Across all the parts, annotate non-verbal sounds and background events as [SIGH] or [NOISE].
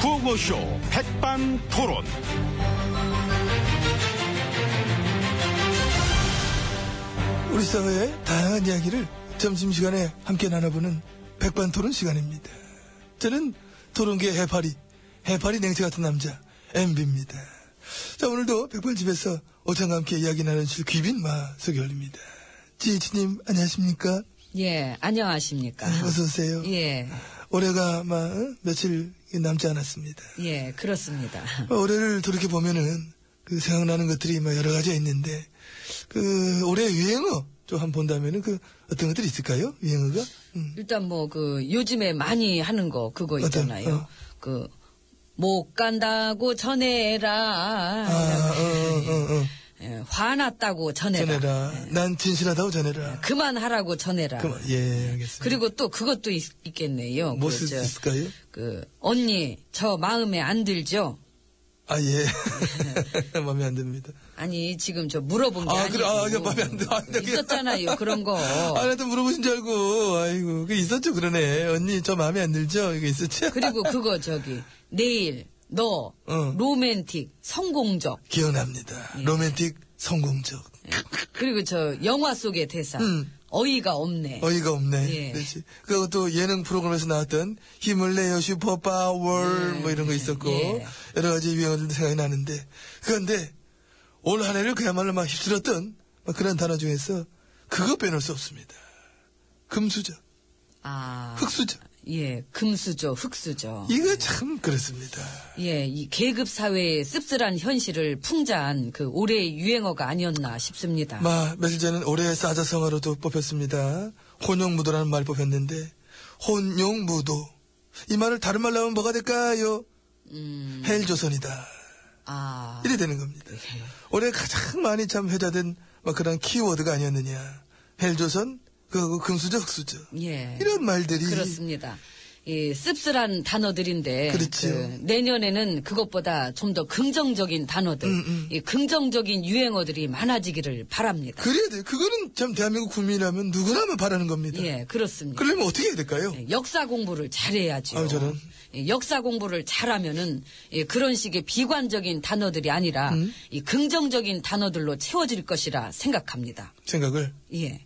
구호쇼 백반토론. 우리 사회의 다양한 이야기를 점심시간에 함께 나눠보는 백반토론 시간입니다. 저는 토론계 해파리, 해파리 냉채 같은 남자 MB입니다. 자 오늘도 백반집에서 오찬과 함께 이야기 나눠주실 귀빈 마석이 올립니다. 지혜치님 안녕하십니까? 예, 안녕하십니까. 어서 오세요. 예, 올해가 아마 어? 며칠 남지 않았습니다. 예, 그렇습니다. 어, 올해를 돌이켜 보면은 그 생각나는 것들이 뭐 여러 가지가 있는데 그 올해 유행어 좀 한번 본다면은 그 어떤 것들이 있을까요? 유행어가 음. 일단 뭐 그 요즘에 많이 하는 거 그거 어떤, 있잖아요. 어. 그 못 간다고 전해라. 아, 어, 어, 어, 어. 예, 화났다고 전해라. 전해라. 네. 난 진실하다고 전해라. 그만하라고 전해라. 그만. 예, 알겠습니다. 네. 그리고 또 그것도 있, 겠네요 뭐 그, 쓸 저, 수 있을까요? 그 언니 저 마음에 안 들죠? 아 예, [LAUGHS] 마음에 안 듭니다. 아니 지금 저 물어본 게 아, 네, 아니고 그래, 아, 이거 마음에 안 들어. 아, 이거- 있었잖아요 그런 [LAUGHS] 거. 아, 나도 물어보신 줄 알고, 아이고, 그 있었죠, 그러네. 언니, 저 마음에 안 들죠? 이거 있었죠? 그리고 그거 저기 내일 너 어. 로맨틱 성공적 예. 기억납니다. 로맨틱 성공적. 그리고 저 영화 속의 대사 음. 어이가 없네 어이가 없네. 예. 그렇지. 그것도 예능 프로그램에서 나왔던 힘을 내요 슈퍼파워 뭐 이런 거 있었고 예. 여러 가지 유행어들도 생각이 나는데 그런데 올 한해를 그야말로 막 휩쓸었던 막 그런 단어 중에서 그거 빼놓을 수 없습니다. 금수저, 아, 아예 네. 흑수저. 금수저 흑수저 이거 참 그렇습니다. 예 이 계급 사회의 씁쓸한 현실을 풍자한 그 올해의 유행어가 아니었나 싶습니다 마 며칠 전엔 올해의 사자성어로도 뽑혔습니다. 혼용무도라는 말 뽑혔는데 혼용무도 이 말을 다른 말로 하면 뭐가 될까요? 헬조선이다. 음, 음아 이래 되는 겁니다. 올해 가장 많이 참 회자된 막 그런 키워드가 아니었느냐. 헬조선, 그 금수저, 흑수저. 예. 이런 말들이. 그렇습니다. 이 씁쓸한 단어들인데 그렇지요. 내년에는 그것보다 좀 더 긍정적인 단어들, 음, 음. 이 긍정적인 유행어들이 많아지기를 바랍니다. 그래야 돼. 그거는 참 대한민국 국민이라면 누구나 하면 바라는 겁니다. 예, 그렇습니다. 그러려면 어떻게 해야 될까요? 예, 역사 공부를 잘해야죠. 아유, 저런. 예, 역사 공부를 잘하면은 예, 그런 식의 비관적인 단어들이 아니라 음? 이 긍정적인 단어들로 채워질 것이라 생각합니다. 생각을. 예.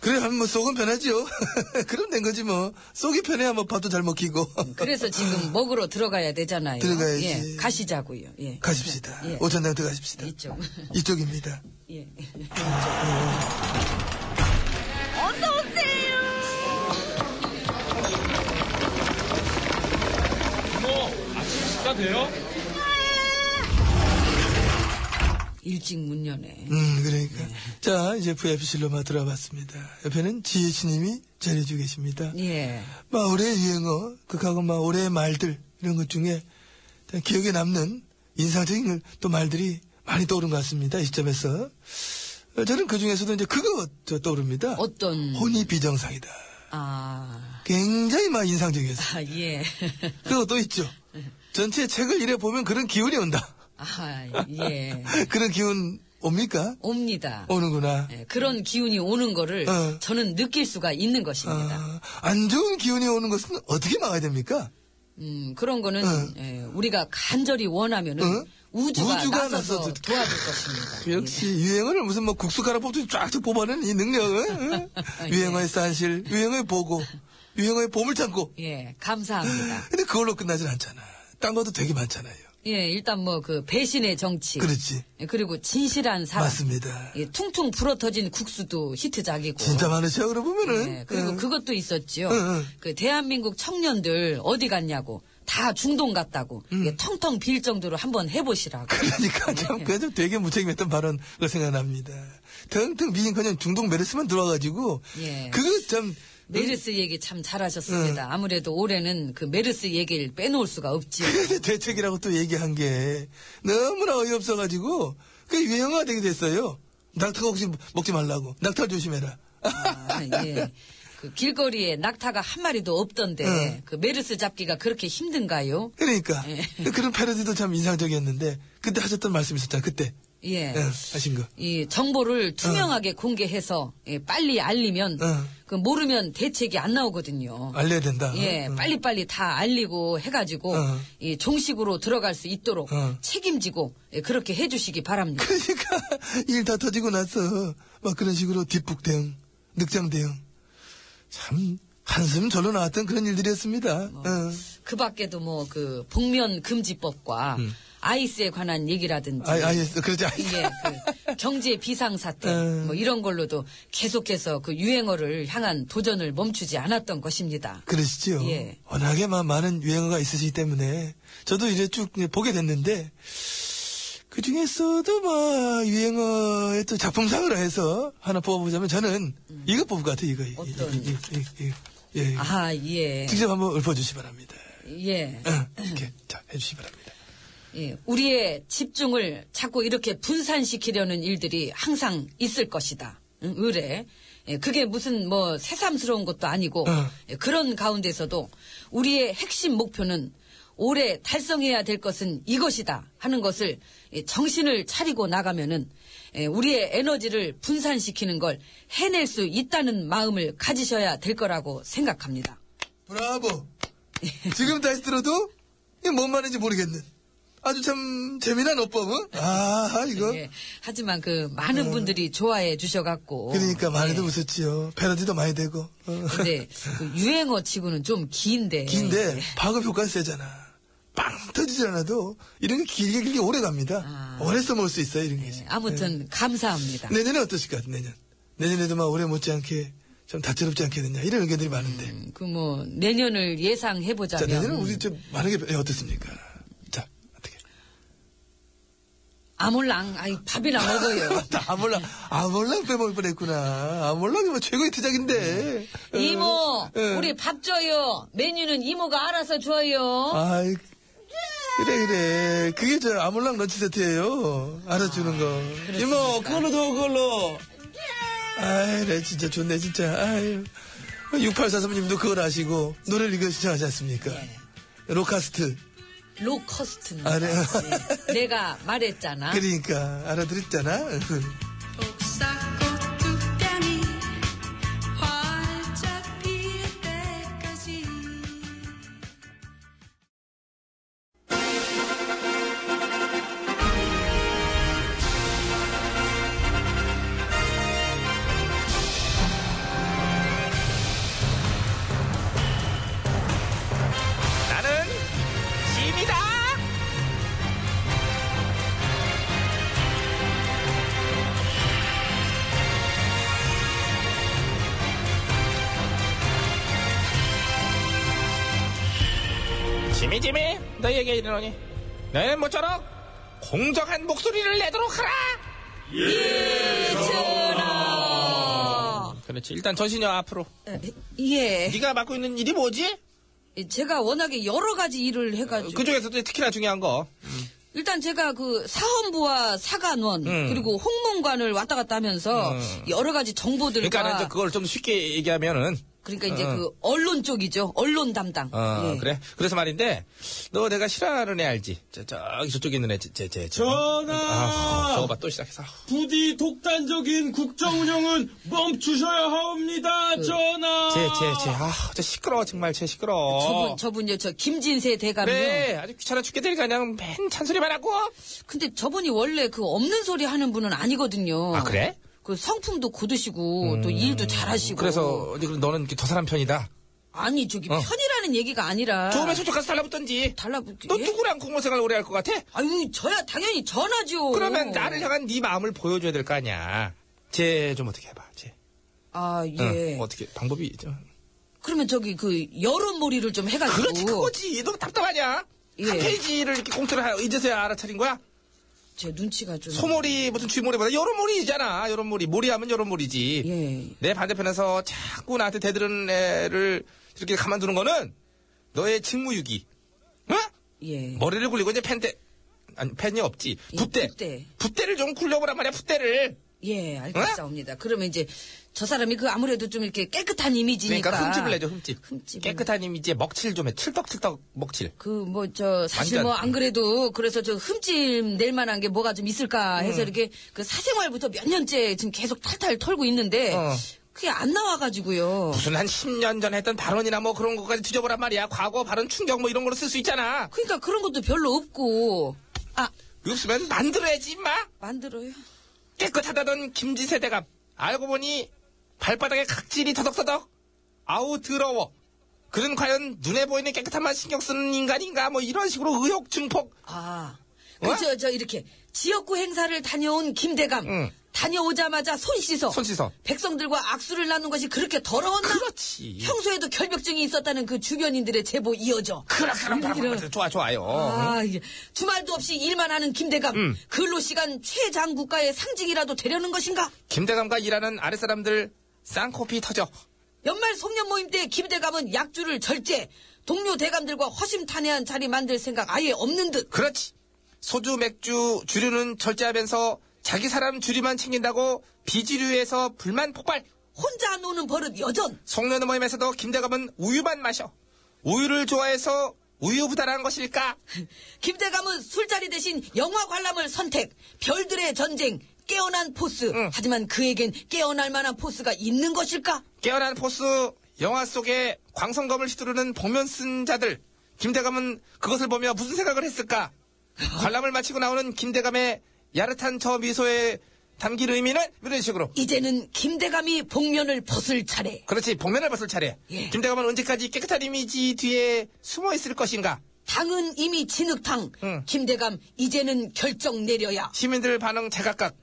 그래, 하면 뭐 속은 편하지요. [LAUGHS] 그럼 된 거지 뭐. 속이 편해야 뭐 밥도 잘 먹히고. [LAUGHS] 그래서 지금 먹으러 들어가야 되잖아요. 들어가야지. 예, 가시자고요. 예. 가십시다. 예. 오천장 들어가십시다. 이쪽. 이쪽입니다. 예. 식사 돼요? 예. 일찍 문 여네. 음, 그러니까. 예. 자, 이제 VIP실로 막 들어봤습니다. 옆에는 지혜씨님이 자리해주고 계십니다. 예. 막 올해 유행어, 극하고 막 올해의 말들 이런 것 중에 참 기억에 남는 인상적인 또 말들이 많이 떠오른 것 같습니다. 이 시점에서 어, 저는 그 중에서도 이제 그거 저 떠오릅니다. 어떤. 혼이 비정상이다. 아. 굉장히 막 인상적이었어요. 아, 예. 그거 또 있죠. 전체 책을 이래 보면 그런 기운이 온다. 아, 예. [LAUGHS] 그런 기운 옵니까? 옵니다. 오는구나. 예, 그런 기운이 오는 거를 어. 저는 느낄 수가 있는 것입니다. 아, 안 좋은 기운이 오는 것은 어떻게 막아야 됩니까? 음, 그런 거는 어. 예, 우리가 간절히 원하면은 어? 우주가, 우주가 나서서 나서서 도와줄 [LAUGHS] 것입니다. 역시 유행어를 무슨 뭐 국수가락 뽑듯이 쫙쫙 뽑아낸 이 능력은 응? [LAUGHS] 예. 유행어의 산실, 유행어의 보고, 유행어의 보물 창고. 예. 예, 감사합니다. 근데 그걸로 끝나진 않잖아. 딴 것도 되게 많잖아요. 예, 일단 뭐 그 배신의 정치. 그렇지. 예, 그리고 진실한 사람. 맞습니다. 예, 퉁퉁 불어터진 국수도 히트작이고. 진짜 많으셔 그러 보면은. 예. 네, 그리고 응. 그것도 있었지요. 응, 응. 그 대한민국 청년들 어디 갔냐고 다 중동 갔다고 예, 텅텅 빌 정도로 한번 해보시라고. 그러니까 참 예. 그게 좀 되게 무책임했던 발언 그 생각납니다. 텅텅 미인커녕 중동 메르스만 들어와가지고 예. 그거 참 메르스 얘기 참 잘하셨습니다. 아무래도 올해는 그 메르스 얘기를 빼놓을 수가 없지요. 그래서 대책이라고 또 얘기한 게 너무나 어이없어가지고 그게 유행어가 되게 됐어요. 낙타가 혹시 먹지 말라고. 낙타 조심해라. 아, 예. 그 길거리에 낙타가 한 마리도 없던데 응. 그 메르스 잡기가 그렇게 힘든가요? 예. 그러니까 그런 패러디도 참 인상적이었는데 그때 하셨던 말씀 있었잖아. 그때 예. 예, 아신 거. 이 정보를 투명하게 공개해서 예, 빨리 알리면 어. 그 모르면 대책이 안 나오거든요. 알려야 된다. 예, 어, 어. 빨리빨리 다 알리고 해가지고 어. 이 종식으로 들어갈 수 있도록 어. 책임지고 예, 그렇게 해주시기 바랍니다. [LAUGHS] 그러니까 일 다 터지고 나서 막 그런 식으로 뒷북 대응, 늑장 대응. 참 한숨 절로 나왔던 그런 일들이었습니다. 어. 그 밖에도 뭐 그 복면 금지법과 아이스에 관한 얘기라든지 아, 아이스 그렇지 아이스. 예, 그 경제 비상 사태 음. 뭐 이런 걸로도 계속해서 그 유행어를 향한 도전을 멈추지 않았던 것입니다. 그러시죠. 예. 워낙에 마- 많은 유행어가 있으시기 때문에 저도 이제 쭉 이제 보게 됐는데 그 중에서도 뭐 유행어의 또 작품상으로 해서 하나 뽑아보자면 저는 이거 뽑을 것 같아요. 이거 이거, 이거, 음. 어떤? 이거, 이거, 이거. 예. 아, 예. 직접 한번 읊어주시 기 바랍니다. 예. 응, [CLEARS THROAT] 이렇게 자 해주시 기 바랍니다. 예. 우리의 집중을 자꾸 이렇게 분산시키려는 일들이 항상 있을 것이다. 응, 의뢰. 예, 그게 무슨 뭐 새삼스러운 것도 아니고 어. 예, 그런 가운데서도 우리의 핵심 목표는 올해 달성해야 될 것은 이것이다 하는 것을 예, 정신을 차리고 나가면은 예, 우리의 에너지를 분산시키는 걸 해낼 수 있다는 마음을 가지셔야 될 거라고 생각합니다. 브라보. 예. 지금 다시 들어도 이게 뭔 말인지 모르겠는. 아주 참 재미난 어법. 응? 아 이거. 어. 예, 하지만 그 많은 분들이 좋아해 주셔갖고 그러니까 말에도 예. 웃었지요. 패러디도 많이 되고. 어. 근데 그 유행어 치고는 좀 긴데. 긴데 파급 효과는 세잖아. 빵 터지지 않아도 이런 게 길게 길게 오래 갑니다. 아. 오래 써먹을 수 있어요 이런 게. 예, 아무튼 감사합니다. 네. 내년에 어떠실 것 같아 내년. 내년에도 막 오래 못지않게 좀 다채롭지 않겠느냐 이런 의견들이 많은데. 그 뭐 내년을 예상해 자 보자면 내년은 우리 좀 많은 게 예, 어떻습니까? 자 어떻게? [LAUGHS] 아몰랑 아이 밥이나 [LAUGHS] 먹어요. 아 몰라 아 몰라 빼먹을 뻔했구나. 아 몰라 이거 최고의 투작인데. 음. 이모, 예. 우리 밥 줘요. 메뉴는 이모가 알아서 줘요. 아이, 그래, 그래. 그게 저 아몰랑 런치 세트예요 알아주는 거. 이모, 그걸로 줘, 그걸로. 아이, 래 진짜 좋네, 진짜. 아유. 6843님도 그걸 아시고, 노래를 이거 시청하지 않습니까? 예. 로카스트. 로커스트. 아, 네. 내가 말했잖아. 그러니까, [LAUGHS] 알아들었잖아. 옥사꽃두편이 활짝 피일 때까지 나는 짐이다. 짐이 짐이 너희에게 이르노니 너희는 모쪼록 공정한 목소리를 내도록 하라. 그렇지 일단 전신여 앞으로 예. 네가 맡고 있는 일이 뭐지? 제가 워낙에 여러 가지 일을 해가지고. 그 중에서도 특히나 중요한 거 일단 제가 그 사헌부와 사관원 음. 그리고 홍문관을 왔다 갔다 하면서 여러 가지 정보들과 그러니까 이제 그걸 좀 쉽게 얘기하면은 그러니까 이제 어. 그 언론 쪽이죠 언론 담당 어 예. 그래 그래서 말인데 너 내가 싫어하는 애 알지 저, 저기 저쪽에 있는 애제제 아, 전하! 저거 봐 또 시작했어 아우, 부디 독단적인 국정 운영은 멈추셔야 하옵니다, 전하. 쟤, 쟤, 쟤. 아, 저 시끄러워, 정말, 쟤 시끄러워. 저분 저분요 저 김진세 대감이요 그래, 네, 아주 귀찮아 죽겠다니까, 그냥 맨 찬소리만 하고. 근데 저분이 원래 그 없는 소리 하는 분은 아니거든요 아, 그래? 음. 그 성품도 고드시고 또 일도 잘하시고 그래서, 어디 그럼 너는 이렇게 더 사람 편이다. 아니 저기 어. 편이라는 얘기가 아니라 좋으면 저쪽 가서 달라붙던지. 달라붙기 너 예? 누구랑 공무생활 오래 할 것 같아? 아유 저야 당연히 전하죠 그러면 나를 향한 네 마음을 보여줘야 될 거 아니야. 쟤 좀 어떻게 해봐, 쟤. 아예 응, 뭐. 어떻게, 방법이. 좀. 그러면 저기 그 여론몰이를 좀 해가지고 그렇지, 아, 그거지. 너 답답하냐? 예. 한 페이지를 이렇게 공짜로 하- 이제서야 알아차린 거야? 제 눈치가 좀 소몰이 무슨 쥐몰이보다 여론몰이잖아. 여론몰이. 몰이하면 여론몰이지. 예. 내 반대편에서 자꾸 나한테 대드는 애를 이렇게 가만두는 거는 너의 직무유기. 어? 예. 머리를 굴리고 이제 펜대 아니 펜이 없지. 예, 붓대. 붓대. 붓대를 좀 굴려보란 말이야. 붓대를. 예, 알겠사옵니다. 그러면 이제 저 사람이 그 아무래도 좀 이렇게 깨끗한 이미지니까. 그러니까 흠집을 내죠, 흠집. 흠집. 깨끗한 이미지에 먹칠 좀 해. 칠떡칠떡 먹칠. 그 뭐 저 사실 완전. 뭐 안 그래도 그래서 저 흠집 낼 만한 게 뭐가 좀 있을까 해서 음. 이렇게 그 사생활부터 몇 년째 지금 계속 탈탈 털고 있는데 어. 그게 안 나와가지고요. 무슨 한 10년 전 했던 발언이나 뭐 그런 것까지 뒤져보란 말이야. 과거 발언 충격 뭐 이런 걸로 쓸 수 있잖아. 그러니까 그런 것도 별로 없고 아 그거 없으면 만들어야지, 임마. 만들어요. 깨끗하다던 김지세 대감. 알고 보니 발바닥에 각질이 더덕더덕. 아우, 더러워. 그는 과연 눈에 보이는 깨끗함만 신경 쓰는 인간인가? 뭐 이런 식으로 의혹 증폭. 아 어? 그저 저 이렇게 지역구 행사를 다녀온 김 대감 응. 다녀오자마자 손 씻어 손 씻어. 백성들과 악수를 나눈 것이 그렇게 더러웠나? 그렇지. 평소에도 결벽증이 있었다는 그 주변인들의 제보 이어져. 그럼, 그럼, 그럼, 그럼. 좋아, 좋아요. 아, 이게 주말도 없이 일만 하는 김대감. 근로 시간 최장 국가의 상징이라도 되려는 것인가? 김대감과 일하는 아랫사람들 쌍코피 터져. 연말 송년 모임 때 김대감은 약주를 절제, 동료 대감들과 허심탄회한 자리 만들 생각 아예 없는 듯. 그렇지. 소주, 맥주, 주류는 절제하면서 자기 사람 주류만 챙긴다고 비주류에서 불만 폭발. 혼자 노는 버릇 여전. 송년회 모임에서도 김대감은 우유만 마셔. 우유를 좋아해서 우유 부단한 것일까? 김대감은 술자리 대신 영화 관람을 선택. 별들의 전쟁, 깨어난 포스. 하지만 그에겐 깨어날 만한 포스가 있는 것일까? 깨어난 포스, 영화 속에 광선검을 휘두르는 복면 쓴 자들. 김대감은 그것을 보며 무슨 생각을 했을까? 관람을 마치고 나오는 김대감의 야릇한 저 미소에 담긴 의미는 이런 식으로. 이제는 김대감이 복면을 벗을 차례. 그렇지 복면을 벗을 차례 예. 김대감은 언제까지 깨끗한 이미지 뒤에 숨어 있을 것인가 당은 이미 진흙탕. 응. 김대감 이제는 결정 내려야. 시민들 반응 제각각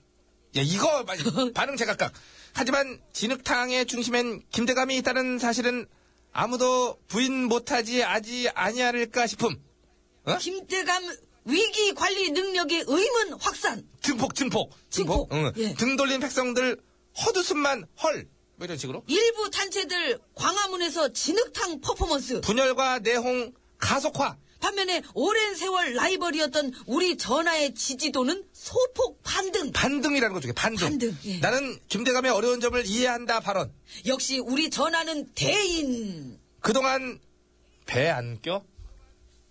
야 이거 봐, 반응 제각각 하지만 진흙탕의 중심엔 김대감이 있다는 사실은 아무도 부인 못하지 아지 아니하릴까 싶음 어? 김대감 위기 관리 능력의 의문 확산. 증폭 증폭 증폭, 응. 예. 등 돌린 백성들 헛웃음만 헐 뭐 이런 식으로 일부 단체들 광화문에서 진흙탕 퍼포먼스. 분열과 내홍 가속화 반면에 오랜 세월 라이벌이었던 우리 전하의 지지도는 소폭 반등. 반등이라는 거 중에 반등, 반등, 예. 나는 김대감의 어려운 점을 이해한다 발언 역시 우리 전하는 대인. 그동안 배 안 껴?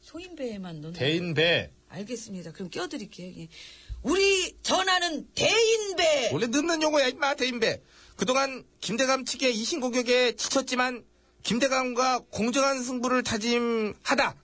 소인배에만 넣는. 대인 배. 알겠습니다. 그럼 껴드릴게요. 예. 우리 전하는 대인배. 원래 늦는 용어야, 임마, 대인 배. 그동안 김대감 측의 이신공격에 지쳤지만, 김대감과 공정한 승부를 다짐하다.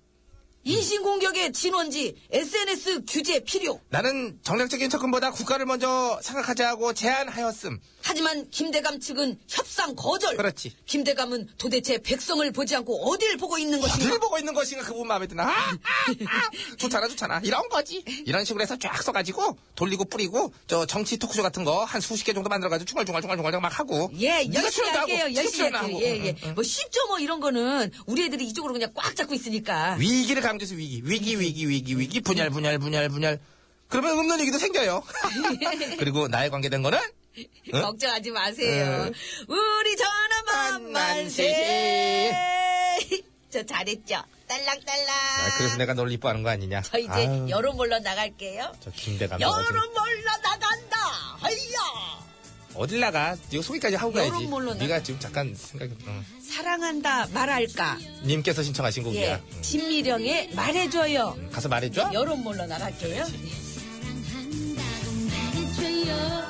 인신공격의 진원지 SNS 규제 필요. 나는 정략적인 접근보다 국가를 먼저 생각하자고 제안하였음. 하지만 김대감 측은 협상 거절. 그렇지. 김대감은 도대체 백성을 보지 않고 어딜 보고 있는 어딜 것인가? 보고 있는 것인가 그 부분 마음에 드나? 아, 아, 아. 좋잖아, 좋잖아. 이런 거지. 이런 식으로 해서 쫙 써가지고, 돌리고 뿌리고, 저 정치 토크쇼 같은 거 한 수십 개 정도 만들어가지고 중얼중얼중얼중얼 막 하고. 예, 네가 열심히 출연도 하고, 할게요. 네가 열심히 출연도 할게요. 하고. 예, 응, 예. 응, 응. 뭐 쉽죠 뭐 이런 거는 우리 애들이 이쪽으로 그냥 꽉 잡고 있으니까. 위기를 강조해서 위기, 위기, 위기, 위기, 위기, 분열, 분열, 분열, 분열. 그러면 없는 얘기도 [LAUGHS] 생겨요. 그리고 나에 관계된 거는 아, 응? 걱정하지 마세요. 응. 우리 전화만 만세. [LAUGHS] 저 잘했죠. 딸랑딸랑. 아, 그래서 내가 널 이뻐하는 거 아니냐? 저 이제 아유, 여름 몰러 나갈게요. 저 김대감 너 어디- 여름 몰러 나간다. 하이야. 어딜 나가? 이거 소개까지 하고 여름 가야지. 몰로 네가 지금 잠깐 생각. 응. 사랑한다 말할까? 님께서 신청하신 곡이야. 예, 진미령의 음. 말해줘요. 응. 가서 말해줘. 여름 몰러 나갈게요. 사랑한다고 말해줘요